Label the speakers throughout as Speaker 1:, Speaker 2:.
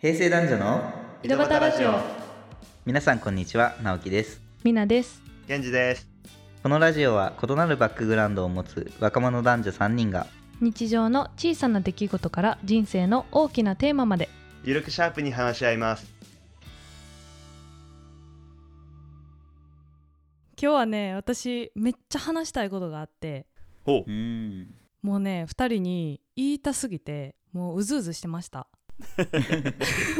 Speaker 1: 平成男女の
Speaker 2: 井戸端ラジオ
Speaker 1: 皆さんこんにちは直樹です
Speaker 2: みなです
Speaker 3: 源氏です
Speaker 1: このラジオは異なるバックグラウンドを持つ若者男女3人が
Speaker 2: 日常の小さな出来事から人生の大きなテーマまで
Speaker 3: ゆるくシャープに話し合います
Speaker 4: 今日はね私めっちゃ話したいことがあって
Speaker 3: ほう
Speaker 1: うん
Speaker 4: もうね2人に言いたすぎてもううずうずしてました
Speaker 1: こ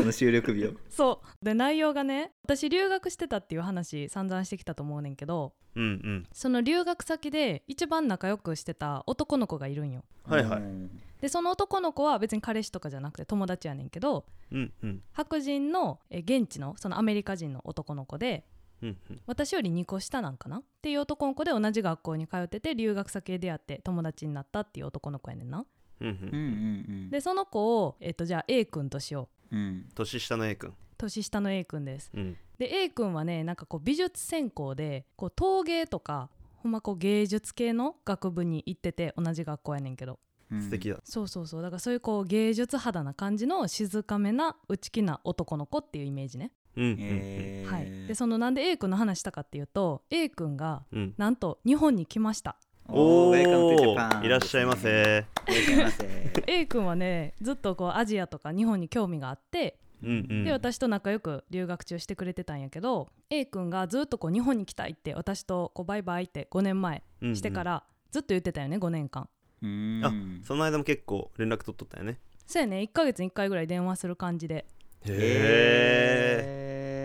Speaker 1: の収録日を
Speaker 4: そうで内容がね私留学してたっていう話散々してきたと思うねんけど
Speaker 3: うん
Speaker 4: その留学先で一番仲良くしてた男の子がいるんよ
Speaker 3: はいはい
Speaker 1: うん
Speaker 4: でその男の子は別に彼氏とかじゃなくて友達やねんけど
Speaker 3: うんうんうん
Speaker 4: 白人のえ現地のそのアメリカ人の男の子で
Speaker 3: うん
Speaker 4: 私より2個下なんかなっていう男の子で同じ学校に通ってて留学先で出会って友達になったっていう男の子やねんな
Speaker 3: うんう
Speaker 1: うん
Speaker 3: ん
Speaker 1: うん
Speaker 4: でその子を、えっとじゃあ A 君としよう
Speaker 1: うんうん
Speaker 3: 年下の A 君
Speaker 4: 年下の A 君です
Speaker 3: うん
Speaker 4: で A 君はねなんかこう美術専攻でこう陶芸とかほんまこう芸術系の学部に行ってて同じ学校やねんけど
Speaker 1: うん
Speaker 3: 素敵だ
Speaker 4: そうそうそうだからそういうこう芸術肌な感じの静かめな内気な男の子っていうイメージね、
Speaker 3: うんうん
Speaker 1: えー
Speaker 4: はいでそのなんで A 君の話したかっていうと A 君が
Speaker 3: うんうん
Speaker 4: なんと日本に来ました
Speaker 3: お
Speaker 1: ウェルカムトゥジャパン
Speaker 3: ーいらっしゃいませ
Speaker 1: ですねいらっしゃいま せ
Speaker 4: A 君はねずっとこうアジアとか日本に興味があって
Speaker 3: うんうん
Speaker 4: で私と仲良く留学中してくれてたんやけど A 君がずっとこう日本に来たいって私とこうバイバイって5年前してからずっと言ってたよね5年間
Speaker 1: うん
Speaker 3: あその間も結構連絡取っとったよね
Speaker 4: そうやね1ヶ月に1回ぐらい電話する感じで
Speaker 1: へ
Speaker 3: へ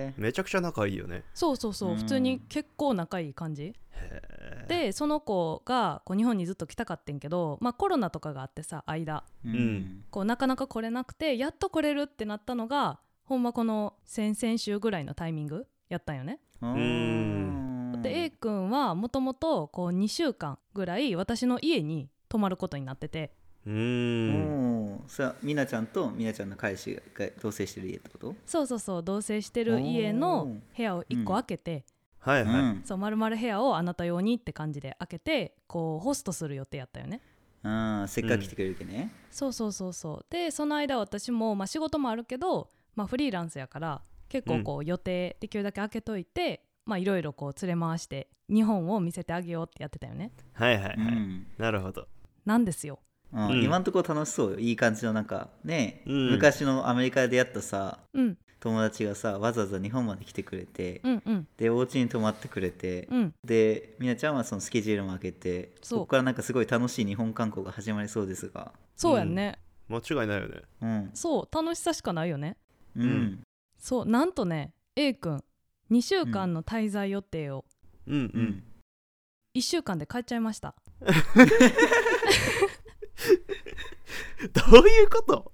Speaker 3: えめちゃくちゃ仲いいよね
Speaker 4: そうそうそううん普通に結構仲いい感じ
Speaker 3: へ
Speaker 4: でその子がこう日本にずっと来たかってんけど、まあ、コロナとかがあってさ間
Speaker 1: ー
Speaker 3: ん
Speaker 4: こうなかなか来れなくてやっと来れるってなったのがほんまこの先々週ぐらいのタイミングやったんよね
Speaker 1: うんん
Speaker 4: で A 君はもともとこう2週間ぐらい私の家に泊まることになってて
Speaker 3: うーん
Speaker 1: おーさあみなちゃんとみなちゃんの彼氏が同棲してる家ってこと
Speaker 4: そうそうそう同棲してる家の部屋を1個
Speaker 1: おー
Speaker 4: 開けて、
Speaker 3: はいうは
Speaker 1: ん
Speaker 4: そう丸々部屋をあなた用にって感じで開けてこうホストする予定やったよね
Speaker 1: あーせっかく来てくれるけね
Speaker 4: そうそうそうそうでその間私も、まあ、仕事もあるけど、まあ、フリーランスやから結構こう予定できるだけ開けといて、まあいろいろこう連れ回して日本を見せてあげようってやってたよね
Speaker 3: いはいはいうはい
Speaker 1: ん
Speaker 3: なるほど
Speaker 4: なんですよ
Speaker 1: うん
Speaker 3: うん
Speaker 1: 今んとこ楽しそうよいい感じのなんかね、
Speaker 3: うん
Speaker 1: 昔のアメリカで出会ったさ
Speaker 4: うん
Speaker 1: 友達がさわざわざ日本まで来てくれて、
Speaker 4: うんうん
Speaker 1: でお家に泊まってくれて、
Speaker 4: うん
Speaker 1: でみなちゃんはそのスケジュールも開けて
Speaker 4: そう
Speaker 1: ここからなんかすごい楽しい日本観光が始まりそうですが
Speaker 4: そうやんね、
Speaker 3: 間違いないよね
Speaker 1: うん
Speaker 4: そう楽しさしかないよね
Speaker 1: うん、
Speaker 3: うん
Speaker 4: そうなんとね A 君2週間の滞在予定を
Speaker 3: うん
Speaker 1: う
Speaker 3: うんん
Speaker 4: 1週間で帰っちゃいま した、
Speaker 3: どういうこと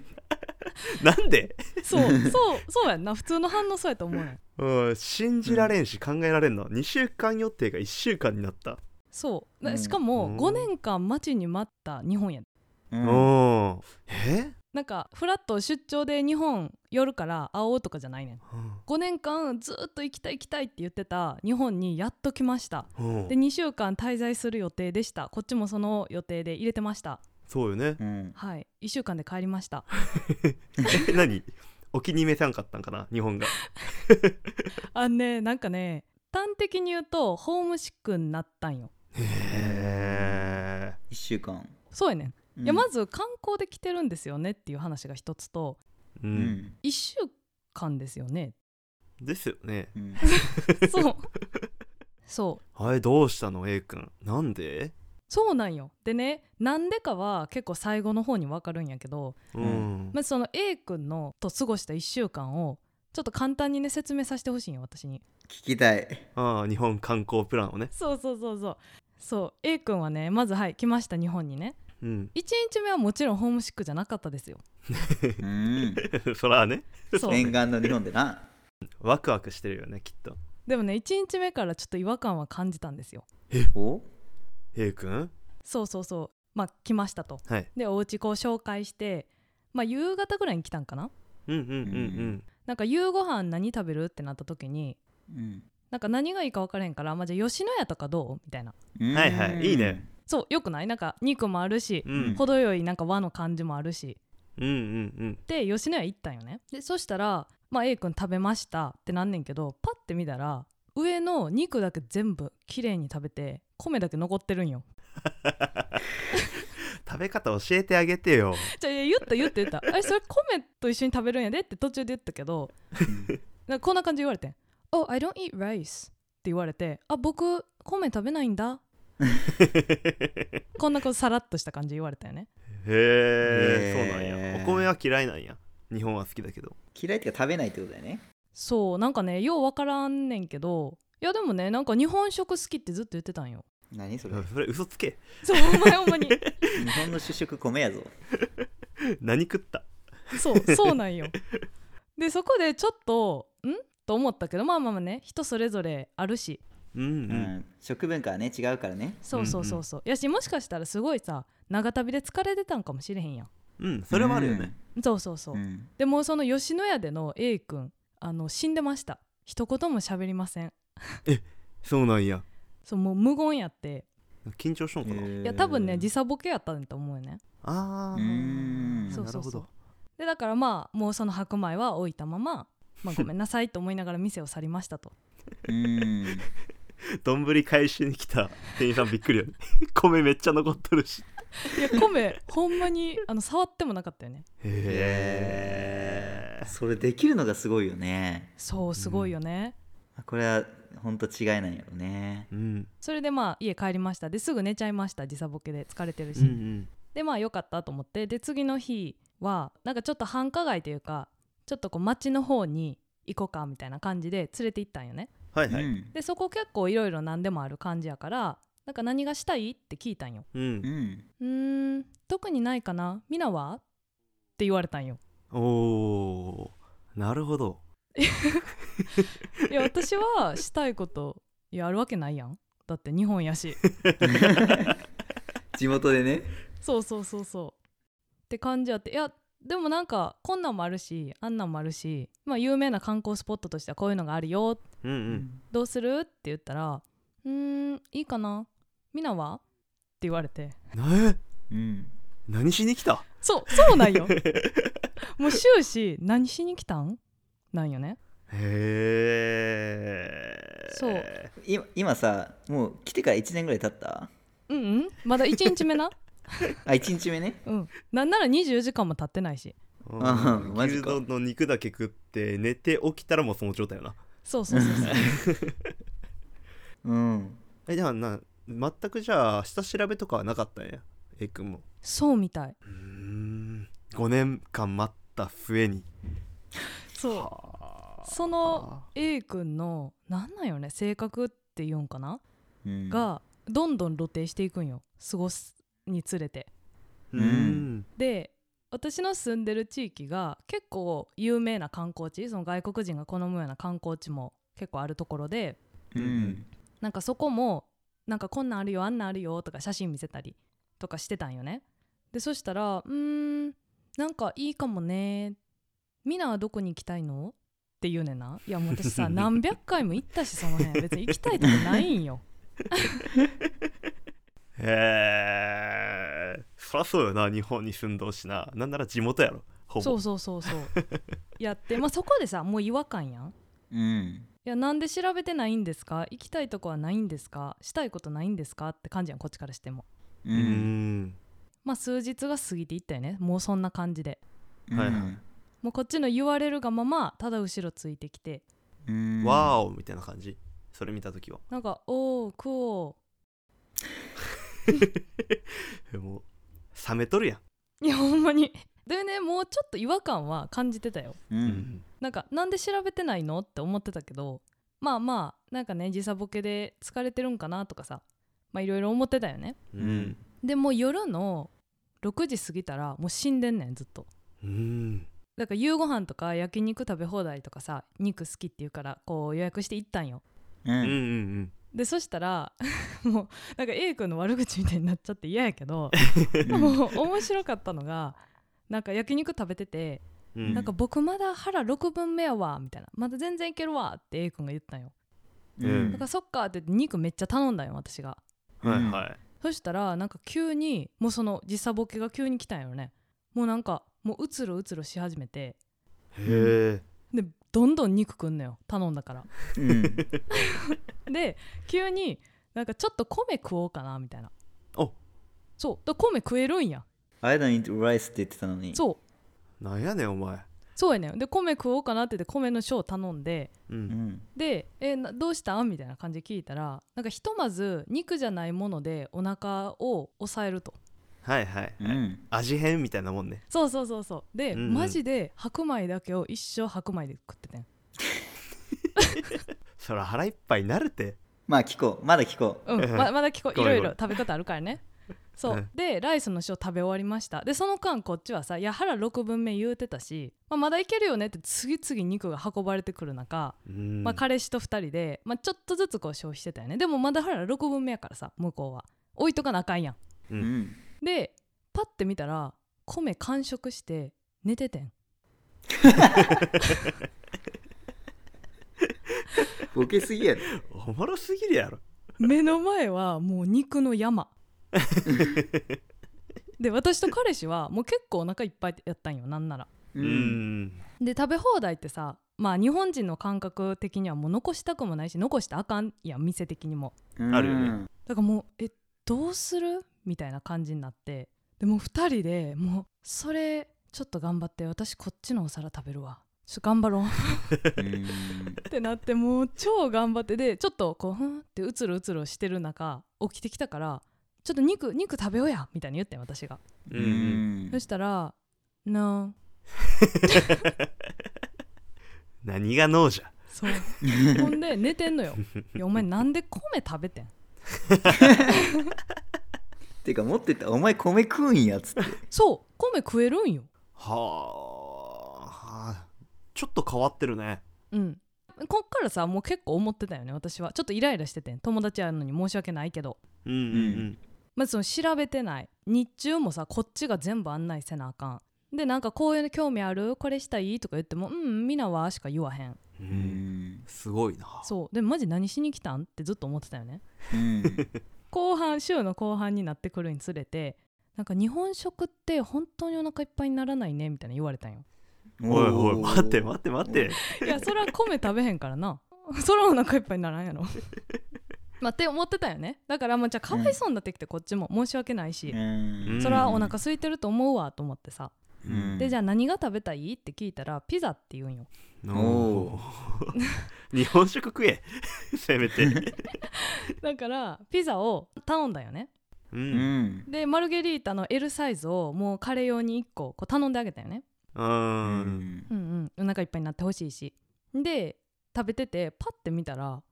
Speaker 3: なんで
Speaker 4: そうそうそうやんな普通の反応そうやと思うねん
Speaker 3: うん信じられんし考えられんな、2週間予定が1週間になった
Speaker 4: そう
Speaker 1: うん
Speaker 4: なしか
Speaker 3: うん
Speaker 4: も5年間待ちに待った日本や
Speaker 1: うん
Speaker 3: おおえ
Speaker 4: なんかフラッと出張で日本寄るから会おうとかじゃないねん5年間ずっと行きたい行きたいって言ってた日本にやっと来ました
Speaker 3: うん
Speaker 4: で2週間滞在する予定でしたこっちもその予定で入れてました
Speaker 3: そうよね
Speaker 1: うん
Speaker 4: はい1週間で帰りました
Speaker 3: え何お気に召さんかったんかな日本が
Speaker 4: あのねなんかね端的に言うとホームシックになったんよ
Speaker 3: へえ
Speaker 1: 1週間、
Speaker 4: そうやねん、
Speaker 1: うん
Speaker 4: いやまず観光で来てるんですよねっていう話が一つと
Speaker 3: う
Speaker 1: うんん、
Speaker 4: 1週間ですよね
Speaker 3: ですよね
Speaker 1: うん、
Speaker 4: そうそう
Speaker 3: あれどうしたの A 君なんで
Speaker 4: そうなんよでねなんでかは結構最後の方に分かるんやけど
Speaker 3: う
Speaker 1: うん
Speaker 3: ん、
Speaker 4: まずその A 君のと過ごした1週間をちょっと簡単にね説明させてほしいんよ私に
Speaker 1: 聞きたい
Speaker 3: ああ日本観光プランをね
Speaker 4: そうそうそうそうそう A 君はねまずはい来ました日本にね
Speaker 3: うん
Speaker 4: 1日目はもちろんホームシックじゃなかっ たですよ
Speaker 1: うん
Speaker 3: そらね
Speaker 4: そう
Speaker 1: 念願の日本でな
Speaker 3: ワクワクしてるよねきっと
Speaker 4: でもね1日目からちょっと違和感は感じたんですよ
Speaker 1: お
Speaker 3: A 君
Speaker 4: そうそうそうまあ来ましたと
Speaker 3: はい
Speaker 4: でお家こう紹介してまあ夕方ぐらいに来たんかな
Speaker 3: うんうんうんうん
Speaker 4: なんか夕ご飯何食べるってなった時に
Speaker 1: うん
Speaker 4: なんか何がいいか分からへんから、まあ、じゃあ吉野家とかどうみたいな
Speaker 3: はいはいいいね
Speaker 4: そうよくないなんか肉もあるし
Speaker 3: うん
Speaker 1: ほ
Speaker 4: 程よいなんか和の感じもあるし
Speaker 3: うんうん
Speaker 4: で吉野家行ったんよねでそしたら、まあ、A 君食べましたってなんねんけどパッて見たら上の肉だけ全部綺麗に食べて米だけ残ってるんよ
Speaker 3: 食べ方教えてあげてよ
Speaker 4: じゃあいや言った言った言った「えそれ米と一緒に食べるんやで」って途中で言ったけどなんかこんな感じで言われて「Oh I don't eat rice」って言われて「あ僕米食べないんだ」こんなこうさらっとした感じで言われたよね
Speaker 3: へえ
Speaker 1: へ
Speaker 3: そう
Speaker 1: ー
Speaker 3: なんやお米は嫌いなんや日本は好きだけど
Speaker 1: 嫌いっていうか食べないってことだよね
Speaker 4: そうなんかねようわからんねんけどいやでもねなんか日本食好きってずっと言ってたんよ
Speaker 1: 何それ
Speaker 3: それ嘘つけ
Speaker 4: そうほんまにほんまに
Speaker 1: 日本の主食米やぞ
Speaker 3: 何食った
Speaker 4: そうそうなんよでそこでちょっとんと思ったけどまあまあまあね人それぞれあるし
Speaker 3: うん
Speaker 1: う
Speaker 3: うん
Speaker 1: ん食文化はね違うからね
Speaker 4: そうそうそうそう、やしもしかしたらすごいさ長旅で疲れてたんかもしれへんやん
Speaker 3: うんそれもあるよね
Speaker 4: そうそうそう、
Speaker 1: うん
Speaker 4: でもその吉野家での A 君あの死んでました一言も喋りません
Speaker 3: そうなんや
Speaker 4: そうもう無言やって
Speaker 3: 緊張しとんかな、
Speaker 4: いや多分ね時
Speaker 1: 際
Speaker 4: 差ボケやったんだと思うよね
Speaker 3: あ
Speaker 1: うー
Speaker 3: ー
Speaker 1: ん
Speaker 4: そう
Speaker 3: な
Speaker 4: そ
Speaker 3: る
Speaker 4: う
Speaker 3: ほ
Speaker 4: そう
Speaker 3: ど
Speaker 4: でだからまあもうその白米は置いたまま、まあ、ごめんなさいと思いながら店を去り ましたと
Speaker 1: うん
Speaker 3: 丼返しに来た店員さんびっくりよね 米めっちゃ残っとるし
Speaker 4: いや米ほんまにあの触ってもなかったよね
Speaker 3: へえ
Speaker 1: それできるのがすごいよね
Speaker 4: そうすごいよね、
Speaker 1: これは本当違いなんやろね
Speaker 3: うん
Speaker 4: それでまあ家帰りましたですぐ寝ちゃいました時差ボケで疲れてるし、
Speaker 3: うん
Speaker 4: でまあよかったと思ってで次の日はなんかちょっと繁華街というかちょっとこう街の方に行こうかみたいな感じで連れて行ったんよね
Speaker 3: はいはい
Speaker 1: うん
Speaker 4: でそこ結構いろいろ何でもある感じやからなんか何がしたいって聞いたんよ
Speaker 3: う
Speaker 1: うん ん
Speaker 4: うーん特にないかなみなはって言われたんよ
Speaker 3: おおーなるほど
Speaker 4: いや私はしたいこといやあるわけないやんだって日本やし
Speaker 1: 地元でね
Speaker 4: そうそうそうそうって感じやっていやでもなんかこんなんもあるしあんなんもあるし、まあ、有名な観光スポットとしてはこういうのがあるよ
Speaker 3: うんうん
Speaker 4: どうするって言ったら「うーんいいかなみなは?」って言われて
Speaker 3: なえ
Speaker 1: うん
Speaker 3: 何しに来た
Speaker 4: そうそうなん よもう終始何しに来たんなんよね
Speaker 3: へえ
Speaker 4: そう
Speaker 1: 今今さもう来てから1年ぐらい経った
Speaker 4: うんうんまだ1日目な
Speaker 1: あ1日目ね
Speaker 4: うんなんなら24時間も経ってないし
Speaker 1: あー
Speaker 3: うん
Speaker 1: マ
Speaker 3: 牛
Speaker 1: ジか
Speaker 3: 丼の肉だけ食って寝て起きたらもうその状態やな
Speaker 4: そうそうそうそう
Speaker 1: うん
Speaker 3: えじゃあな全くじゃあ下調べとかはなかったんや A 君も
Speaker 4: そうみたいう
Speaker 3: ーん5年間待った末に
Speaker 4: そう
Speaker 3: はあ
Speaker 4: その A 君のなんなんよね性格っていうんかな
Speaker 1: うん
Speaker 4: がどんどん露呈していくんよ過ごすにつれて
Speaker 3: うーん
Speaker 4: で私の住んでる地域が結構有名な観光地その外国人が好むような観光地も結構あるところで
Speaker 1: うん
Speaker 4: なんかそこもなんかこんなんあるよあんなんあるよとか写真見せたりとかしてたんよねでそしたら「うーんなんかいいかもねみなはどこに行きたいの?」って言うねんないやもう私さ何百回も行ったしその辺別に行きたいとこないんよ
Speaker 3: へえそらそうよな日本に住んどうしななんなら地元やろほぼ
Speaker 4: そうそうそうそうやってまあそこでさもう違和感やん
Speaker 1: うん
Speaker 4: いやなんで調べてないんですか行きたいとこはないんですかしたいことないんですかって感じやんこっちからしても
Speaker 1: う
Speaker 3: うー
Speaker 1: ん
Speaker 3: ん
Speaker 4: まあ数日が過ぎていったよねもうそんな感じで
Speaker 1: うん
Speaker 3: はいはい
Speaker 4: もうこっちの言われるがままただ後ろついてきて
Speaker 1: うん
Speaker 3: わーおみたいな感じそれ見た時は
Speaker 4: なんか「おークオ
Speaker 3: えもう冷めとるや、
Speaker 4: ー」いやほんまにでねもうちょっと違和感は感じてたよ
Speaker 1: うんん
Speaker 4: なんかなんで調べてないのって思ってたけどまあまあなんかね時差ボケで疲れてるんかなとかさまあいろいろ思ってたよね
Speaker 3: う
Speaker 1: うんん
Speaker 4: でもう夜の6時過ぎたらもう死んでんねんずっと
Speaker 3: うん
Speaker 4: だから夕ご飯とか焼肉食べ放題とかさ肉好きって言うからこう予約して行ったんよ
Speaker 1: う
Speaker 3: うんうんん
Speaker 4: でそしたら もうなんか A 君の悪口みたいになっちゃって嫌やけ ど
Speaker 1: うん
Speaker 4: もう面白かったのがなんか焼肉食べてて、
Speaker 3: う
Speaker 1: うん
Speaker 4: なんか僕まだ腹6分目やわみたいなまだ全然いけるわって A 君が言ったんよ
Speaker 1: うん
Speaker 4: だからそっかって言って肉めっちゃ頼んだんよ私が
Speaker 3: はいはい
Speaker 4: そしたらなんか急にもうその時差ボケが急に来たんよねもうなんかもううつるうつるし始めて
Speaker 3: へえ
Speaker 4: でどんどん肉くんのよ頼んだから
Speaker 1: うん、
Speaker 4: で急になんかちょっと米食おうかなみたいな
Speaker 3: お
Speaker 4: そうだから米食えるんや
Speaker 1: I don't eat rice って言ってたのにう、
Speaker 4: そう
Speaker 3: なんやねんお前
Speaker 4: そうやねんで米食おうかなって言って米の賞頼んで
Speaker 3: う
Speaker 1: うんん、
Speaker 4: で「えなどうしたん?」みたいな感じで聞いたらなんかひとまず肉じゃないものでお腹を抑えると
Speaker 3: はいはいはい、
Speaker 1: うん、
Speaker 3: 味変みたいなもんね
Speaker 4: そうそうそうそうで、
Speaker 3: うんうん
Speaker 4: マジで白米だけを一生白米で食っててん
Speaker 3: そら腹いっぱいになるて
Speaker 1: まあ聞こうまだ聞こう
Speaker 4: うん、ままだ聞こう
Speaker 3: ご
Speaker 4: い
Speaker 3: め
Speaker 4: ろ
Speaker 3: ん
Speaker 4: いろ食べ方あるから ねそううんでライスの塩食べ終わりましたでその間こっちはさやはら6分目言うてたし、まあ、まだいけるよねって次々肉が運ばれてくる中、
Speaker 3: うん
Speaker 4: まあ、彼氏と2人で、まあ、ちょっとずつこう消費してたよねでもまだはら6分目やからさ向こうは置いとかなあかんやん
Speaker 3: う
Speaker 1: うんん、
Speaker 4: でパッて見たら米完食して寝ててん
Speaker 1: ボケすぎやろ
Speaker 3: おもろすぎるやろ
Speaker 4: 目の前はもう肉の 山で私と彼氏はもう結構お腹いっぱいやったんよなんなら
Speaker 1: う
Speaker 3: うんん
Speaker 4: で食べ放題ってさまあ日本人の感覚的にはもう残したくもないし残したらあかんやん店的にも
Speaker 1: うん
Speaker 3: あるよね
Speaker 4: だからもうえどうするみたいな感じになってでも2人でもうそれちょっと頑張って私こっちのお皿食べるわちょっと頑張ろう
Speaker 1: うん
Speaker 4: ってなってもう超頑張ってでちょっとこうふんってうつるうつるしてる中起きてきたからちょっと肉肉食べようやみたいに言ってん私が、
Speaker 3: う
Speaker 1: うんん
Speaker 4: そしたら「No
Speaker 3: 何が脳じゃ」
Speaker 4: そうほんで寝てんのよ「いやお前なんで米食べてん?
Speaker 1: てか持ってったお前米食うんやつって」
Speaker 4: そう米食えるんよ
Speaker 3: はあちょっと変わってるね
Speaker 4: うんこっからさもう結構思ってたよね私はちょっとイライラしててん友達やのに申し訳ないけど
Speaker 3: うんうんうん
Speaker 4: まずその調べてない日中もさこっちが全部案内せなあかんでなんかこういうの興味あるこれしたいとか言っても「うんみんなは」しか言わへん
Speaker 3: う
Speaker 1: うんん
Speaker 3: すごいな
Speaker 4: そうでもマジ何しに来たんってずっと思ってたよね
Speaker 1: うん
Speaker 4: 後半週の後半になってくるにつれてなんか日本食って本当にお腹いっぱいにならないねみたいな言われたんよ
Speaker 3: おいおい待って待って待って
Speaker 4: いやそれは米食べへんからな そらお腹いっぱいにならんやろ まあって思ってたよねだからまあじゃあかわいそうになってきてこっちも申し訳ないし、
Speaker 1: うん
Speaker 4: そらお腹空いてると思うわと思ってさ、
Speaker 1: うん
Speaker 4: でじゃあ何が食べたいって聞いたらピザって言うんよ
Speaker 1: お
Speaker 3: おー日本食食え せめて
Speaker 4: だからピザを頼んだよね
Speaker 3: う
Speaker 1: うんん
Speaker 4: でマルゲリータの L サイズをもうカレー用に1個こう頼んであげたよね
Speaker 3: う
Speaker 1: うんん
Speaker 4: うんうん、お腹いっぱいになってほしいしで食べててパッて見たら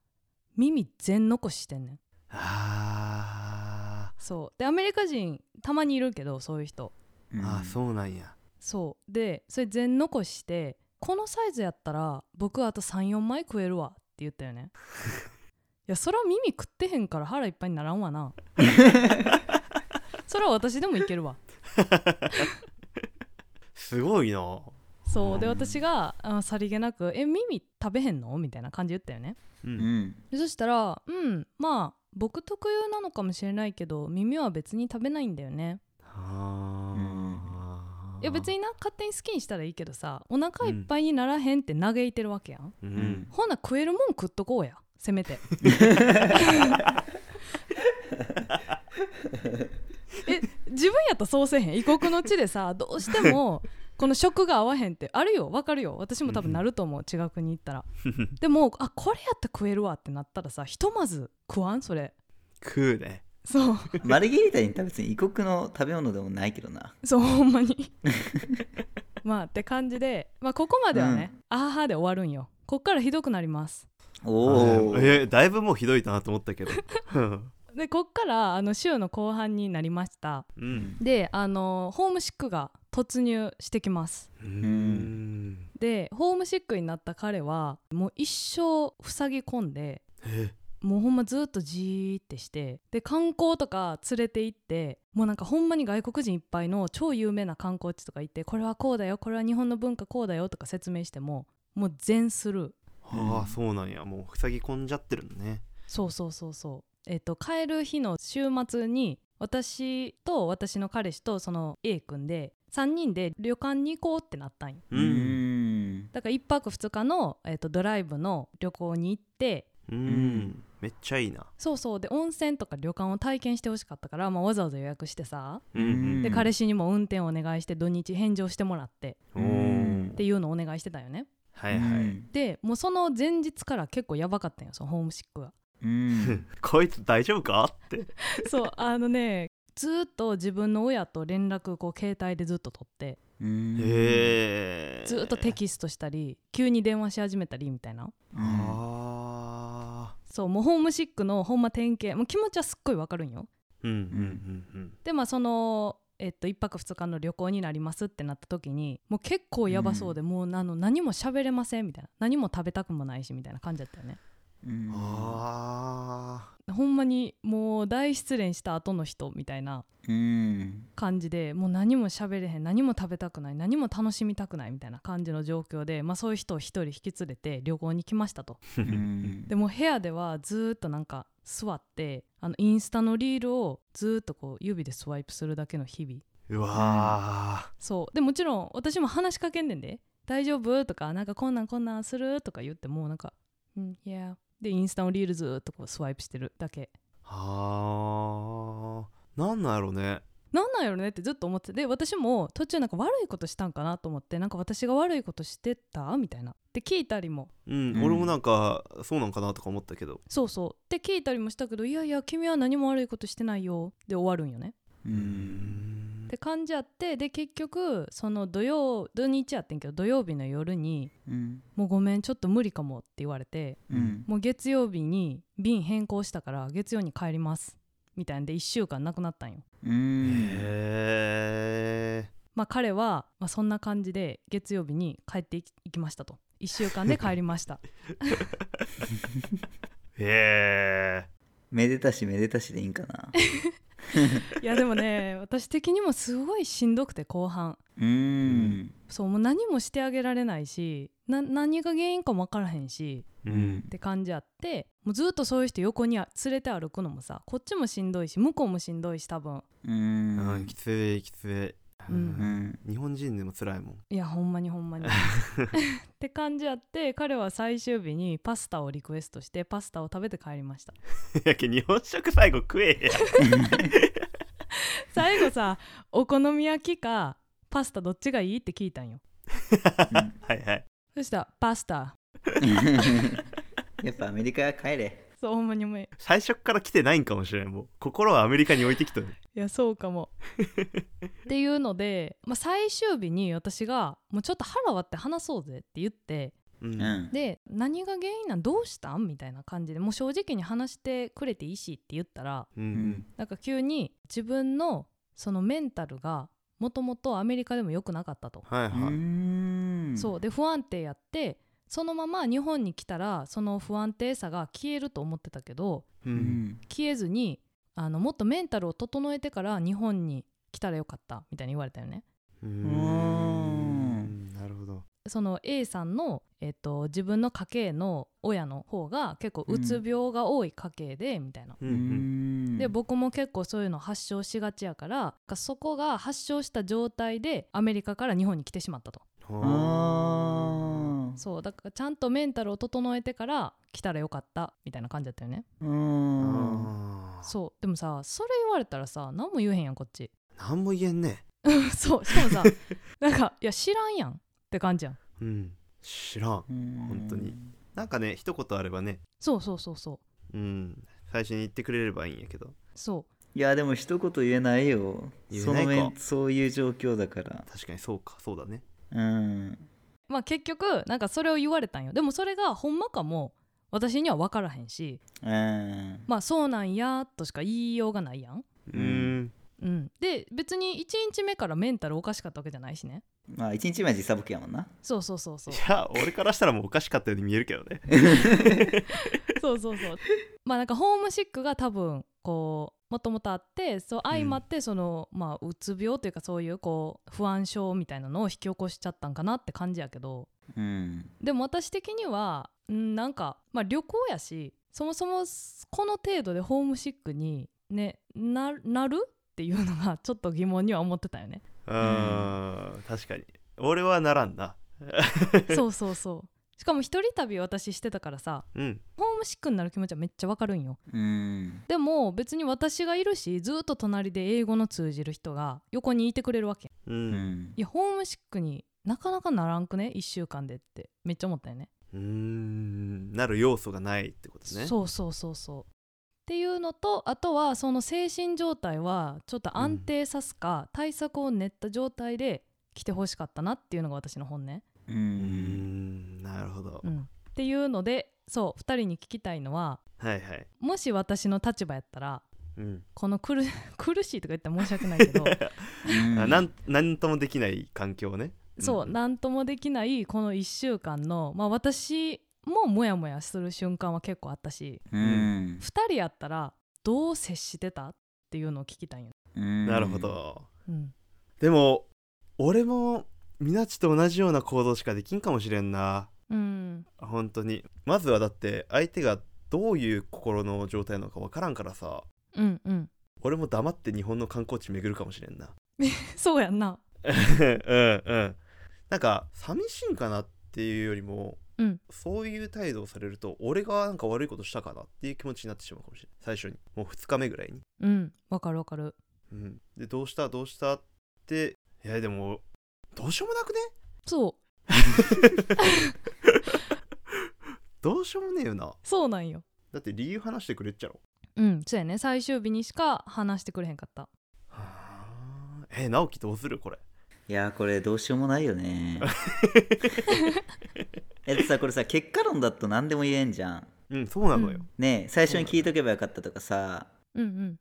Speaker 4: 耳全残ししてんねん
Speaker 3: あ
Speaker 4: そうでアメリカ人たまにいるけどそういう人
Speaker 1: う
Speaker 3: ー
Speaker 1: ん
Speaker 3: あーそうなんや
Speaker 4: そうでそれ全残してこのサイズやったら僕あと34枚食えるわって言った よねいやそら耳食ってへんから腹いっぱいにならん わなそら私でもいけるわ
Speaker 3: すごいな
Speaker 4: そうで
Speaker 1: うん
Speaker 4: 私があさりげなく「え耳食べへんの?」みたいな感じで言ったよね
Speaker 3: う
Speaker 1: うんん
Speaker 4: でそしたら「うんまあ僕特有なのかもしれないけど耳は別に食べないんだよね」
Speaker 3: あー
Speaker 4: いや別にな勝手に好きにしたらいいけどさお腹いっぱいにならへんって嘆いてるわけやん、
Speaker 3: うん
Speaker 4: ほな食えるもん食っとこうやせめ てえ自分やったらそうせえへん異国の地でさどうしてもこの食が合わへんってあるよわかるよ私も多分なると思う違う国行ったらでもあこれやったら食えるわってなったらさひとまず食わんそれ
Speaker 3: 食うね
Speaker 4: そう
Speaker 1: マルゲリータに別に異国の食べ物でもないけどな
Speaker 4: そうほんま にまあって感じで、まあ、ここまではね、あーはーで終わるんよこっからひどくなります
Speaker 1: おお
Speaker 3: あーえだいぶもうひどいなと思ったけどうん
Speaker 4: でこっからあの週の後半になりました
Speaker 3: うん
Speaker 4: であのホームシックが突入してきます
Speaker 3: うん
Speaker 4: でホームシックになった彼はもう一生塞ぎ込んで
Speaker 3: え
Speaker 4: もうほんまずっとじーってしてで観光とか連れて行ってもうなんかほんまに外国人いっぱいの超有名な観光地とか行ってこれはこうだよこれは日本の文化こうだよとか説明してももう全スルー
Speaker 3: ああそうなんやもう塞ぎ込んじゃってるのね
Speaker 4: そうそうそうそうえっ、と帰る日の週末に私と私の彼氏とその A 君で3人で旅館に行こうってなったんよ
Speaker 1: うーん
Speaker 4: だから1泊2日の、えー、とドライブの旅行に行って
Speaker 3: うん、
Speaker 1: ん
Speaker 3: めっちゃいいな、
Speaker 4: そうそうで温泉とか旅館を体験してほしかったから、まあ、わざわざ予約してさ
Speaker 1: うん
Speaker 4: で彼氏にも運転をお願いして土日返上してもらって
Speaker 3: お
Speaker 1: うん
Speaker 3: ー
Speaker 4: っていうのをお願いしてたよね
Speaker 3: はいはい、
Speaker 4: でもうその前日から結構やばかったんよそのホームシッ クが
Speaker 1: うん
Speaker 3: こいつ大丈夫かって
Speaker 4: そうあのねずーっと自分の親と連絡こう携帯でずっと取って
Speaker 1: うん
Speaker 3: へえ
Speaker 4: ずーっとテキストしたり急に電話し始めたりみたいな
Speaker 1: うん
Speaker 3: あ
Speaker 4: そうもうホームシックのほんま典型もう気持ちはすっごいわかるんよ
Speaker 3: ーうんうんうんうん
Speaker 4: でまあそのえっと、1泊2日の旅行になりますってなった時にもう結構やばそうで、もうあの何も喋れませんみたいな何も食べたくもないしみたいな感じだったよね
Speaker 1: うん
Speaker 3: あ
Speaker 4: ほんまにもう大失恋した後の人みたいな
Speaker 1: うん
Speaker 4: 感じでもう何も喋れへん何も食べたくない何も楽しみたくないみたいな感じの状況で、まあ、そういう人を一人引き連れて旅行に来ましたと
Speaker 1: う
Speaker 3: ー
Speaker 1: ん
Speaker 4: でもう部屋ではずーっとなんか座ってあのインスタのリールをずーっとこう指でスワイプするだけの日々
Speaker 3: うわ
Speaker 4: そうでもちろん私も話しかけんねんで「大丈夫?」とか「なんかこんなんこんなんする?」とか言ってもうなんか「うんいや」でインスタのリールずーっとこうスワイプしてるだけ
Speaker 3: ーあーなんなんやろね
Speaker 4: なんなんやろねってずっと思っててで私も途中なんか悪いことしたんかなと思ってなんか私が悪いことしてたみたいなって聞いたりも
Speaker 3: うん、
Speaker 1: うん
Speaker 3: 俺もなんかそうなんかなとか思ったけど
Speaker 4: そうそうって聞いたりもしたけどいやいや君は何も悪いことしてないよで終わるんよね
Speaker 1: う
Speaker 3: うん
Speaker 4: って感じやってで結局その土曜土日やってんけど土曜日の夜に
Speaker 1: うん
Speaker 4: 「もうごめんちょっと無理かも」って言われて
Speaker 1: うん
Speaker 4: もう月曜日に便変更したから月曜に帰りますみたいんで1週間なくなったんよ
Speaker 1: うん
Speaker 3: へえ
Speaker 4: まあ彼は、まあ、そんな感じで月曜日に帰っていきいきましたと1週間で帰りました
Speaker 3: へえ
Speaker 1: めでたしめでたしでいいんかない
Speaker 4: やでもね私的にもすごいしんどくて後半
Speaker 1: うん
Speaker 4: そうもう何もしてあげられないしな何が原因かも分からへんし
Speaker 3: う
Speaker 4: って感じあってもうずっとそういう人横にあ連れて歩くのもさこっちもしんどいし向こうもしんどいし多分
Speaker 1: う
Speaker 3: うんん、きついきつい、
Speaker 4: うん
Speaker 1: うん
Speaker 3: 日本人でも辛いもん
Speaker 4: いやほんまにほんまにって感じあって彼は最終日にパスタをリクエストしてパスタを食べて帰りました
Speaker 3: やけ日本食最後食え
Speaker 4: 最後さお好み焼きかパスタどっちがいいって聞いたんよ
Speaker 1: う
Speaker 3: や
Speaker 1: ん
Speaker 3: はいはい
Speaker 4: そしたらパスタ
Speaker 1: やっぱアメリカは帰れ
Speaker 4: そうほんまにもうい
Speaker 3: 最初から来てないんかもしれんもう心はアメリカに置いてきた
Speaker 4: やそうかもっていうので、まあ、最終日に私がもうちょっと腹割って話そうぜって言って
Speaker 3: う
Speaker 1: うんん
Speaker 4: で何が原因なんどうしたんみたいな感じでもう正直に話してくれていいしって言ったら
Speaker 3: う
Speaker 1: うんん
Speaker 4: なんか急に自分のそのメンタルがもともとアメリカでも良くなかったと、
Speaker 3: はいはい、
Speaker 1: うん
Speaker 4: そうで不安定やってそのまま日本に来たらその不安定さが消えると思ってたけど
Speaker 3: う
Speaker 1: うんん
Speaker 4: 消えずにあのもっとメンタルを整えてから日本に来たらよかったみたいに言われたよね。
Speaker 3: うー
Speaker 1: ん
Speaker 3: んなるほど
Speaker 4: その A さんの、えっと、自分の家系の親の方が結構うつ病が多い家系で、みたいな
Speaker 3: う
Speaker 1: うんん
Speaker 4: で僕も結構そういうの発症しがちやからなんかそこが発症した状態でアメリカから日本に来てしまったと
Speaker 3: うんは
Speaker 1: あ
Speaker 4: そうだからちゃんとメンタルを整えてから来たらよかったみたいな感じだったよね
Speaker 1: あう
Speaker 3: あ
Speaker 1: ん
Speaker 4: そうでもさそれ言われたらさ何も言えへんやんこっち
Speaker 3: 何も言えんね
Speaker 4: そうしかもさなんかいや知らんやんって感じやん
Speaker 3: うん知らん
Speaker 1: 本
Speaker 3: 当になんかね一言あればね
Speaker 4: そうそうそうそう
Speaker 3: うん最初に言ってくれればいいんやけど
Speaker 4: そ
Speaker 1: いやでも一言言えないよ
Speaker 3: 言え
Speaker 1: そ
Speaker 3: な
Speaker 1: の
Speaker 3: いか
Speaker 1: 面そういう状況だから
Speaker 3: 確かにそうかそうだね
Speaker 1: うん
Speaker 4: うまあ結局なんかそれを言われたんよでもそれがほんまかも私には分からへんし
Speaker 1: うん
Speaker 4: まあそうなんやとしか言いようがないやん
Speaker 1: う
Speaker 3: うんん
Speaker 4: うん、で別に1日目からメンタルおかしかったわけじゃないしね
Speaker 1: まあ一日目は時差ボケやもんな
Speaker 4: そうそうそう そう
Speaker 3: いや俺からしたらもうおかしかったように見えるけどね
Speaker 4: そうそうそうまあなんかホームシックが多分こうもともとあってそう相まってその、まあうつ病というかそういうこう不安症みたいなのを引き起こしちゃったんかなって感じやけど
Speaker 1: うん
Speaker 4: でも私的には、うん、なんか、まあ、旅行やしそもそもこの程度でホームシックに、ね、ななるっていうのがちょっと疑問には思ってたよね
Speaker 3: うーん確かに俺はならんな
Speaker 4: そうそうそうしかも一人旅私してたからさ
Speaker 3: うん
Speaker 4: ホームシックになる気持ちはめっちゃわかるんよ
Speaker 1: うん
Speaker 4: でも別に私がいるしずっと隣で英語の通じる人が横にいてくれるわけ
Speaker 3: う
Speaker 1: うんん
Speaker 4: いやホームシックになかなかならんくね1週間でってめっちゃ思ったよね
Speaker 3: うーんなる要素がないってことね
Speaker 4: そうそうそうそうっていうのとあとはその精神状態はちょっと安定さすか、対策を練った状態で来てほしかったなっていうのが私の本音、
Speaker 1: う
Speaker 3: うー
Speaker 1: ん
Speaker 3: んなるほど
Speaker 4: うん、っていうのでそう2人に聞きたいのは
Speaker 3: はいはい
Speaker 4: もし私の立場やったら
Speaker 3: うん
Speaker 4: この苦苦しいとか言ったら申し訳ないけど
Speaker 3: あなんなんともできない環境ね
Speaker 4: そう何ともできないこの1週間のまあ私もモヤモヤする瞬間は結構あったし
Speaker 1: うん
Speaker 4: 2人やったらどう接してたっていうのを聞きたいよ、
Speaker 1: うん
Speaker 3: なるほど
Speaker 4: うん、
Speaker 3: でも俺もみなちと同じような行動しかできんかもしれんな
Speaker 4: うん
Speaker 3: 本当にまずはだって相手がどういう心の状態なのかわからんからさ
Speaker 4: うんうん
Speaker 3: 俺も黙って日本の観光地巡るかもしれんな
Speaker 4: そうやんな
Speaker 3: うんうんなんか寂しいんかなっていうよりも、
Speaker 4: うん
Speaker 3: そういう態度をされると俺がなんか悪いことしたかなっていう気持ちになってしまうかもしれない最初にもう2日目ぐらいに
Speaker 4: うんわかるわかる
Speaker 3: うん、でどうしたどうしたっていやでもどうしようもなくね
Speaker 4: そう
Speaker 3: どうしようもねえよな
Speaker 4: そうなんよ
Speaker 3: だって理由話してくれっちゃろ
Speaker 4: うんそうやね最終日にしか話してくれへんかった
Speaker 3: はあえ直樹どうするこれ
Speaker 1: いやーこれどうしようもないよ ねえっとさこれさ結果論だと何でも言えんじゃん
Speaker 3: うんそうなのよ、
Speaker 1: ねえ最初に聞いとけばよかったとかさ
Speaker 4: うん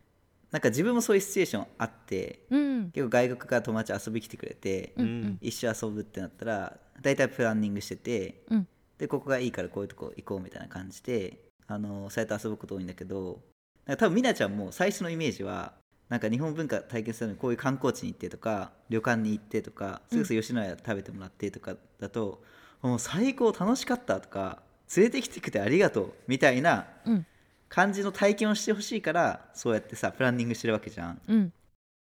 Speaker 1: なんか自分もそういうシチュエーションあって
Speaker 4: うんうん
Speaker 1: 結構外国から友達遊び来てくれて、
Speaker 4: うん
Speaker 3: うん
Speaker 1: 一緒遊ぶってなったら大体プランニングしてて、
Speaker 4: うん
Speaker 1: でここがいいからこういうとこ行こうみたいな感じであのそうやって遊ぶこと多いんだけどなんか多分みなちゃんも最初のイメージはなんか日本文化体験するのにこういう観光地に行ってとか旅館に行ってとかそれこそ吉野家食べてもらってとかだと、もう最高楽しかったとか連れてきてくれてありがとうみたいな
Speaker 4: うん
Speaker 1: 感じの体験をしてほしいからそうやってさプランニングしてるわけじゃん。
Speaker 4: うん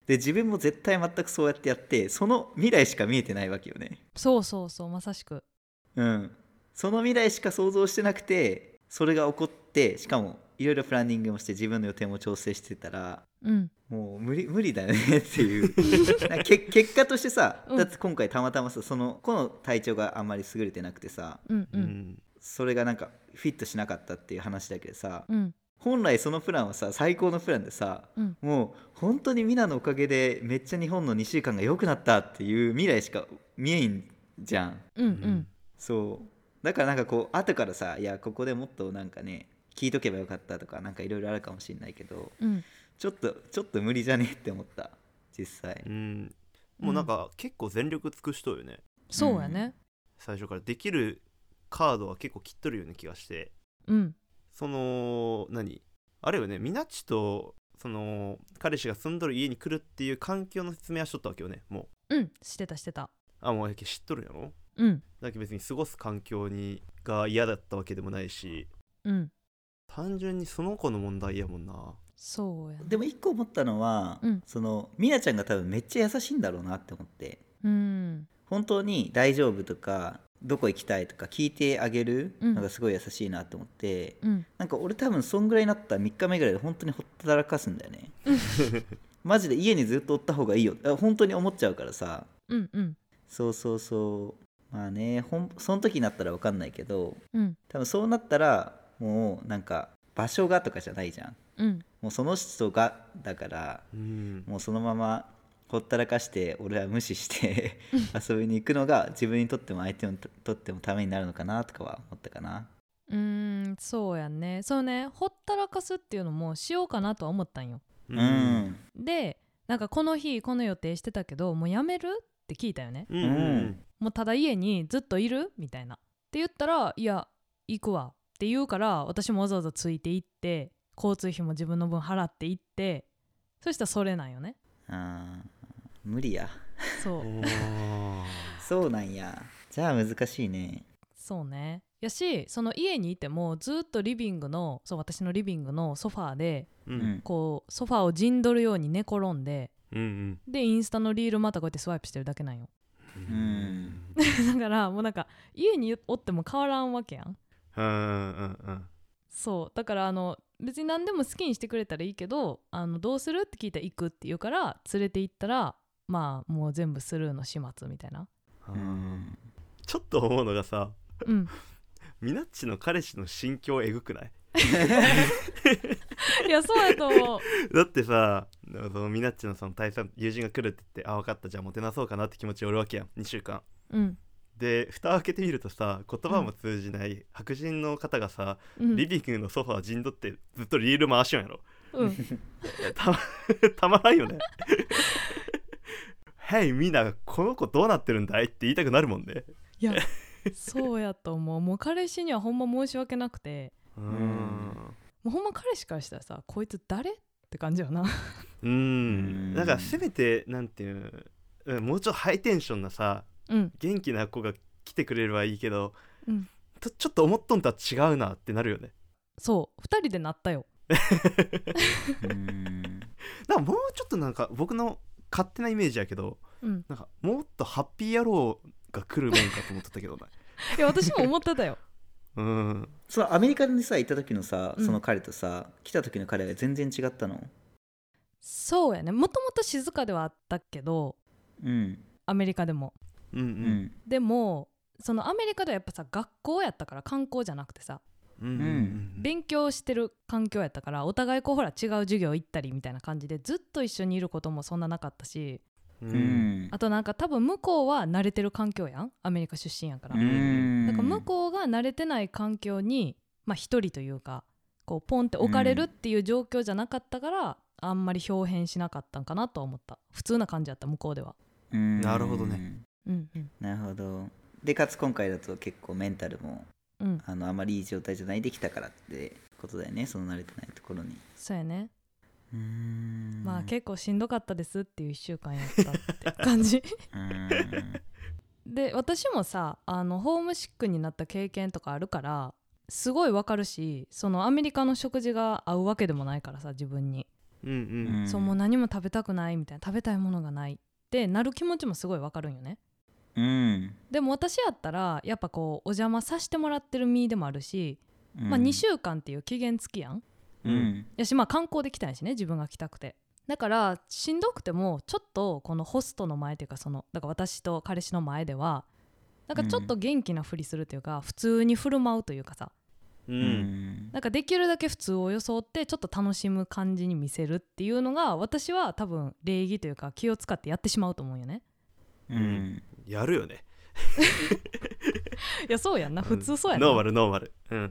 Speaker 1: で自分も絶対全くそうやってやってその未来しか見えてないわけよね
Speaker 4: そうそうそうまさしく
Speaker 1: うんその未来しか想像してなくてそれが起こってしかもいろいろプランニングもして自分の予定も調整してたら
Speaker 4: うん
Speaker 1: もう無理無理だよね っていう なんかけ結果としてさ
Speaker 4: うん
Speaker 1: だって今回たまたまさその子の体調があんまり優れてなくてさ
Speaker 4: うんう
Speaker 3: うんん
Speaker 1: それがなんかフィットしなかったっていう話だけどさ
Speaker 4: うん
Speaker 1: 本来そのプランはさ最高のプランでさ、
Speaker 4: うん
Speaker 1: もう本当にミナのおかげでめっちゃ日本の2週間が良くなったっていう未来しか見えんじゃん
Speaker 4: うんうん
Speaker 1: そうだからなんかこう後からさいやここでもっとなんかね聞いとけばよかったとかなんかいろいろあるかもしれないけど
Speaker 4: うん
Speaker 1: ちょっとちょっと無理じゃねって思った実際
Speaker 3: うんもうなんか結構全力尽くしとるよね
Speaker 4: そうやね
Speaker 3: 最初からできるカードは結構切っとるような気がして
Speaker 4: うん
Speaker 3: その何あれよねみなちとその彼氏が住んどる家に来るっていう環境の説明はしとったわけよねも
Speaker 4: うんしてたしてた
Speaker 3: うあもうやけ知っとるやろ
Speaker 4: うん
Speaker 3: だけど別に過ごす環境にが嫌だったわけでもないし
Speaker 4: うん
Speaker 3: 単純にその子の問題やもんな
Speaker 4: そうやね
Speaker 1: でも一個思ったのは、
Speaker 4: うん
Speaker 1: そのミナちゃんが多分めっちゃ優しいんだろうなって思って
Speaker 4: うん
Speaker 1: 本当に大丈夫とかどこ行きたいとか聞いてあげる
Speaker 4: うん
Speaker 1: のがすごい優しいなと思って、
Speaker 4: うん
Speaker 1: なんか俺多分そんぐらいになった3日目ぐらいで本当にほったらかすんだよねマジで家にずっとおった方がいいよあ本当に思っちゃうからさ
Speaker 4: うんうん
Speaker 1: そうそうそうまあねほんその時になったら分かんないけど
Speaker 4: うん
Speaker 1: 多分そうなったらもうなんか場所がとかじゃないじゃん
Speaker 4: うん
Speaker 1: もうその人がだから
Speaker 3: うん
Speaker 1: もうそのままほったらかして俺は無視して遊びに行くのが自分にとっても相手にとってもためになるのかなとかは思ったかな
Speaker 4: うーんそうやねそうねほったらかすっていうのもしようかなとは思ったんよ
Speaker 3: う
Speaker 1: うん、
Speaker 4: でなんかこの日この予定してたけどもうやめるって聞いたよね
Speaker 3: うんう
Speaker 1: うん
Speaker 3: ん
Speaker 4: もうただ家にずっといるみたいなって言ったらいや行くわって言うから私もわざわざついて行って交通費も自分の分払って行ってそしたらそれなんよね
Speaker 1: あー無理や
Speaker 4: そううん
Speaker 3: あ
Speaker 1: そうなんやじゃあ難しいね
Speaker 4: そうねやしその家にいてもずっとリビングのそう私のリビングのソファーで
Speaker 3: ーう
Speaker 1: うんん
Speaker 4: こうソファーを陣取るように寝転んで
Speaker 3: うん
Speaker 4: でインスタのリールまたこうやってスワイプしてるだけなんよ
Speaker 3: うんん
Speaker 4: だからもうなんか家におっても変わらんわけやん
Speaker 3: うんうんうん
Speaker 4: そうだからあの別に何でも好きにしてくれたらいいけどあのどうするって聞いたら行くって言うから連れて行ったらまあもう全部スルーの始末みたいな
Speaker 3: う
Speaker 1: うんん
Speaker 3: ちょっと思うのがさ
Speaker 4: うん
Speaker 3: ミナッチの彼氏の心境えぐくない
Speaker 4: いやそうやと思う
Speaker 3: だってさそのミナッチのその大佐友人が来るって言ってあ分かったじゃあもてなそうかなって気持ちおるわけやん2週間
Speaker 4: うん、
Speaker 3: で蓋を開けてみるとさ言葉も通じない白人の方がさ、
Speaker 4: うん、
Speaker 3: リビングのソファー陣取ってずっとリール回しよんやろ
Speaker 4: うん
Speaker 3: たまたまらんよね はいみんなこの子どうなってるんだいって言いたくなるもんね
Speaker 4: いやそうやと思うもう彼氏にはほんま申し訳なくて
Speaker 3: う
Speaker 1: うん
Speaker 4: もうほんま彼氏からしたらさこいつ誰って感じよな
Speaker 3: うん
Speaker 1: ん
Speaker 3: なんかせめてなんていううんもうちょっとハイテンションなさ
Speaker 4: うん
Speaker 3: 元気な子が来てくれればいいけど、
Speaker 4: うん
Speaker 3: とちょっと思っとんとは違うなってなるよね
Speaker 4: そう2人でなったよ
Speaker 1: うん
Speaker 3: だからもうちょっとなんか僕の勝手なイメージやけど
Speaker 4: うん
Speaker 3: なんかもっとハッピー野郎が来るもんかと思ってたけどね
Speaker 4: いや私も思ってたよ
Speaker 3: うん
Speaker 1: そのアメリカにさ行った時のさ
Speaker 4: うん
Speaker 1: その彼とさ、来た時の彼が全然違ったの
Speaker 4: そうやねもともと静かではあったけど
Speaker 1: うん
Speaker 4: アメリカでも
Speaker 3: うんう
Speaker 1: うんん
Speaker 4: でもそのアメリカではやっぱさ学校やったから観光じゃなくてさ
Speaker 3: うんうん
Speaker 4: 勉強してる環境やったからお互いこうほら違う授業行ったりみたいな感じでずっと一緒にいることもそんななかったし
Speaker 3: うん
Speaker 1: う
Speaker 3: うん
Speaker 1: ん
Speaker 4: あとなんか多分向こうは慣れてる環境やんアメリカ出身やから、
Speaker 1: う
Speaker 4: だ
Speaker 1: ん
Speaker 4: から向こうが慣れてない環境にまあ一人というかこうポンって置かれるっていう状況じゃなかったから、あんまり表変しなかったんかなとは思った普通な感じやった向こうでは
Speaker 1: うん
Speaker 3: なるほどね
Speaker 4: うんうん
Speaker 1: なるほどでかつ今回だと結構メンタルも
Speaker 4: うん
Speaker 1: あのあまりいい状態じゃないできたからってことだよねその慣れてないところに
Speaker 4: そうやね
Speaker 1: うーん
Speaker 4: まあ結構しんどかったですっていう1週間やったって感じ
Speaker 1: うーん
Speaker 4: で私もさあのホームシックになった経験とかあるからすごいわかるしそのアメリカの食事が合うわけでもないからさ自分に、
Speaker 3: うんうん
Speaker 1: うん
Speaker 4: そうもう何も食べたくないみたいな食べたいものがないってなる気持ちもすごいわかるんよね
Speaker 1: うん
Speaker 4: でも私やったらやっぱこうお邪魔させてもらってる身でもあるし、まあ2週間っていう期限付きやん
Speaker 1: うん
Speaker 4: やしまあ観光で来たんやしね自分が来たくてだからしんどくてもちょっとこのホストの前というかそのだから私と彼氏の前ではなんかちょっと元気なふりするというか、普通に振る舞うというかさ
Speaker 3: う
Speaker 1: うんん
Speaker 4: なんかできるだけ普通を装ってちょっと楽しむ感じに見せるっていうのが私は多分礼儀というか気を使ってやってしまうと思うんよね
Speaker 1: うん
Speaker 3: やるよね
Speaker 4: いやそうやんな普通そうや
Speaker 3: ん
Speaker 4: な、
Speaker 3: ノーマルノーマルうん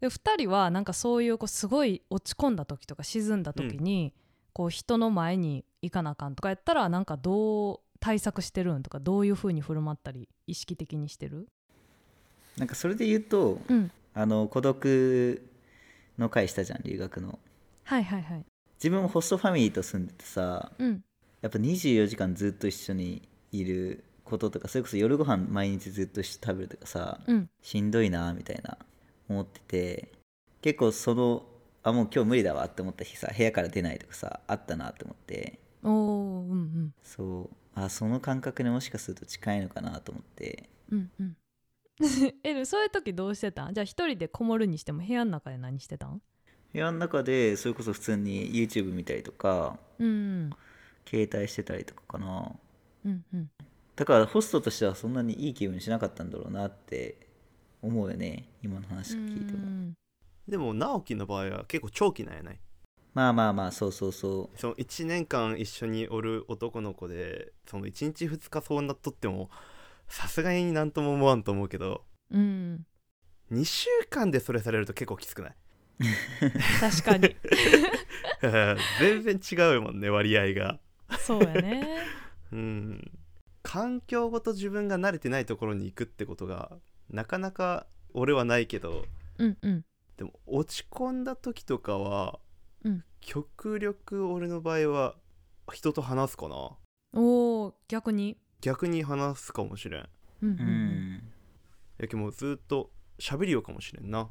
Speaker 4: で2人はなんかそういうこうすごい落ち込んだ時とか沈んだ時に、こう人の前に行かなあかんとかやったらなんかどう対策してるんとかどういう風に振る舞ったり意識的にしてる
Speaker 1: なんかそれで言うと
Speaker 4: うん
Speaker 1: あの孤独の会したじゃん留学の
Speaker 4: はいはいはい
Speaker 1: 自分もホストファミリーと住んでてさ
Speaker 4: うん
Speaker 1: やっぱ24時間ずっと一緒にいることとかそれこそ夜ご飯毎日ずっと一緒に食べるとかさ
Speaker 4: うん
Speaker 1: しんどいなみたいな思ってて結構そのあもう今日無理だわって思った日さ部屋から出ないとかさあったなって思って
Speaker 4: おおうんうん
Speaker 1: そうあその感覚にもしかすると近いのかなと思って
Speaker 4: うんうん えでもそういう時どうしてたんじゃあ一人でこもるにしても部屋の中で何してたん
Speaker 1: 部屋の中でそれこそ普通に YouTube 見たりとか
Speaker 4: うん
Speaker 1: 携帯してたりとかかな
Speaker 4: うんうん
Speaker 1: だからホストとしてはそんなにいい気分にしなかったんだろうなって思うよね今の話を聞いても
Speaker 3: でも直樹の場合は結構長期なんやない
Speaker 1: まあまあまあそうそうそ
Speaker 3: その1年間一緒におる男の子でその1日2日そうなっとってもさすがになんとも思わんと思うけど
Speaker 4: うんうん
Speaker 3: 2週間でそれされると結構きつくない
Speaker 4: 確かに
Speaker 3: 全然違うもんね割合が
Speaker 4: そうやね
Speaker 3: うん環境ごと自分が慣れてないところに行くってことがなかなか俺はないけど
Speaker 4: うんうん
Speaker 3: でも落ち込んだ時とかは、
Speaker 4: うん
Speaker 3: 極力俺の場合は人と話すかな
Speaker 4: おお逆に
Speaker 3: 逆に話すかもしれん
Speaker 4: うんうん
Speaker 1: うう
Speaker 4: うん
Speaker 1: ん
Speaker 3: やけもうずっと喋りようかもしれんな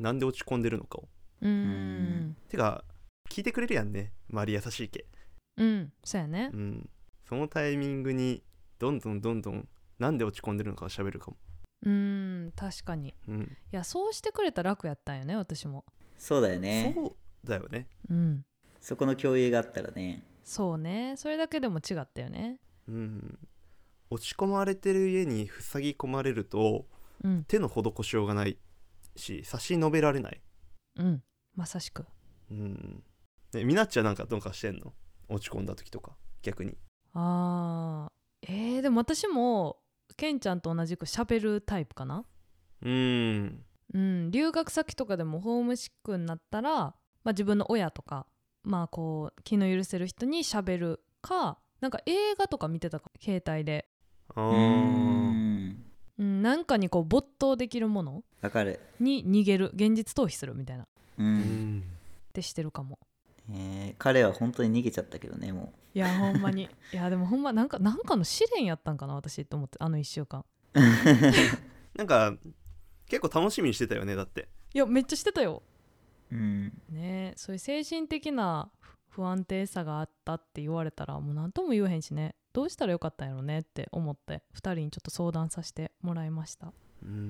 Speaker 3: なんで落ち込んでるのかを
Speaker 4: うー
Speaker 1: うん
Speaker 4: ん
Speaker 3: てか聞いてくれるやんね周り優しいけ
Speaker 4: うんそうやね
Speaker 3: うん、そのタイミングにどんどんどんどんなんで落ち込んでるのかを喋るかも、
Speaker 4: うん確かにい
Speaker 3: うん、
Speaker 4: やそうしてくれたら楽やったんよね私も
Speaker 1: そうだよね
Speaker 3: そうだよね
Speaker 4: うん
Speaker 1: そこの共有があったらね
Speaker 4: そうねそれだけでも違ったよね
Speaker 3: うん落ち込まれてる家に塞ぎ込まれると
Speaker 4: うん
Speaker 3: 手の施しようがないし差し伸べられない
Speaker 4: うんまさしく
Speaker 3: うんねみなっちはなんかどうかしてんの落ち込んだ時とか逆に
Speaker 4: あーえー、でも私もケンちゃんと同じく喋るタイプかな
Speaker 3: うん
Speaker 4: うん留学先とかでもホームシックになったら、まあ、自分の親とかまあこう気の許せる人に喋るかなんか映画とか見てたか携帯で、
Speaker 3: あ
Speaker 1: う
Speaker 3: ー
Speaker 1: ん
Speaker 4: うん、なんかにこう没頭できるもの
Speaker 1: わかる
Speaker 4: に逃げる現実逃避するみたいなっ
Speaker 1: う、
Speaker 3: うんん
Speaker 4: てしてるかも
Speaker 1: えー彼は本当に逃げちゃったけどねも
Speaker 4: いやほんまに いやでもほんまなんかなんかの試練やったんかな私と思ってあの1週間
Speaker 3: なんか結構楽しみにしてたよねだって
Speaker 4: いやめっちゃしてたよ
Speaker 1: う、うん、
Speaker 4: ねえそういう精神的な不不安定さがあったって言われたらもう何とも言えへんしねどうしたらよかったんやろねって思って2人にちょっと相談させてもらいました、
Speaker 3: うん
Speaker 1: うん
Speaker 4: う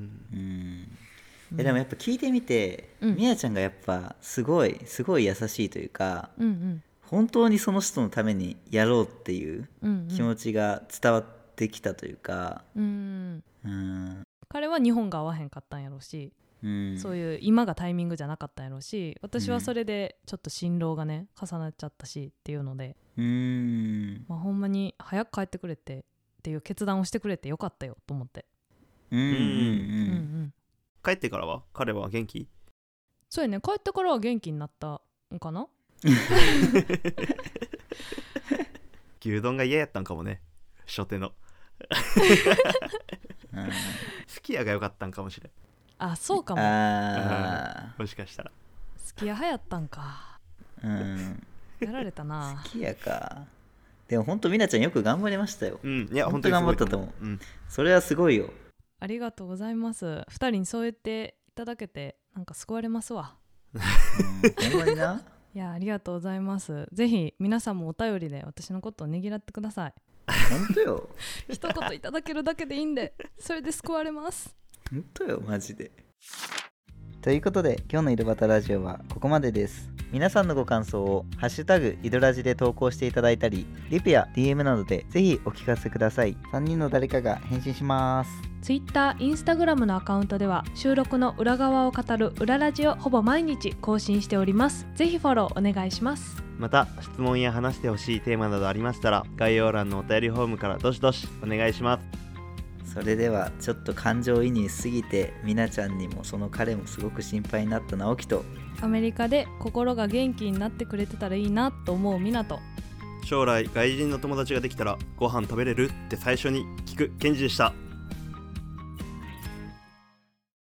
Speaker 4: ん
Speaker 1: えでもやっぱ聞いてみて、
Speaker 4: うん
Speaker 1: みやちゃんがやっぱすごいすごい優しいというか
Speaker 4: うんうん
Speaker 1: 本当にその人のためにやろうっていう
Speaker 4: うん
Speaker 1: 気持ちが伝わってきたというか
Speaker 4: うんう
Speaker 1: う
Speaker 4: ん
Speaker 1: ん、
Speaker 4: 彼は日本が合わへんかったんやろうし、
Speaker 1: うん、
Speaker 4: そう
Speaker 1: う
Speaker 4: いう今がタイミングじゃなかったんやろうし私はそれでちょっと心労がね重なっちゃったしっていうので、
Speaker 1: うん
Speaker 4: まあ、ほんまに早く帰ってくれてっていう決断をしてくれてよかったよと思って、
Speaker 1: うんうん
Speaker 4: うんう
Speaker 1: うん
Speaker 4: ん、
Speaker 3: 帰ってからは彼は元気
Speaker 4: そうやね帰ってからは元気になったんかな
Speaker 3: 牛丼が嫌やったんかもね初手の好
Speaker 1: うん
Speaker 3: き家が良かったんかもしれん
Speaker 4: あそうかも
Speaker 1: あ
Speaker 3: もしかしたら
Speaker 4: すき家流行ったんか
Speaker 1: ーうん
Speaker 4: やられたな
Speaker 1: 好きやかでも本当みなちゃんよく頑張りましたよ
Speaker 3: うんいや
Speaker 1: 本
Speaker 3: 本
Speaker 1: 当
Speaker 3: 当
Speaker 1: に
Speaker 3: に
Speaker 1: 頑張ったと思う
Speaker 3: すごいうん
Speaker 1: それはすごいよ
Speaker 4: ありがとうございます二人にそう言っていただけてなんか救われますわ
Speaker 1: うんほんまにない
Speaker 4: やありがとうございますぜひ皆さんもお便りで私のことをねぎらってください
Speaker 1: 本当よ
Speaker 4: 一言いただけるだけでいいんでそれで救われます
Speaker 1: 本当よマジでということで今日の井戸端ラジオはここまでです皆さんのご感想を「ハッシュタグ井戸ラジ」で投稿していただいたりリプや DM などでぜひお聞かせください3人の誰かが返信します
Speaker 2: Twitter、Instagram のアカウントでは収録の裏側を語る裏ラジをほぼ毎日更新しております。ぜひフォローお願いします。
Speaker 3: また質問や話してほしいテーマなどありましたら概要欄のお便りフォームからどしどしお願いします
Speaker 1: それではちょっと感情移入しすぎてみなちゃんにもその彼もすごく心配になった直樹と
Speaker 4: アメリカで心が元気になってくれてたらいいなと思うみなと
Speaker 3: 将来外人の友達ができたらご飯食べれるって最初に聞くケンジでした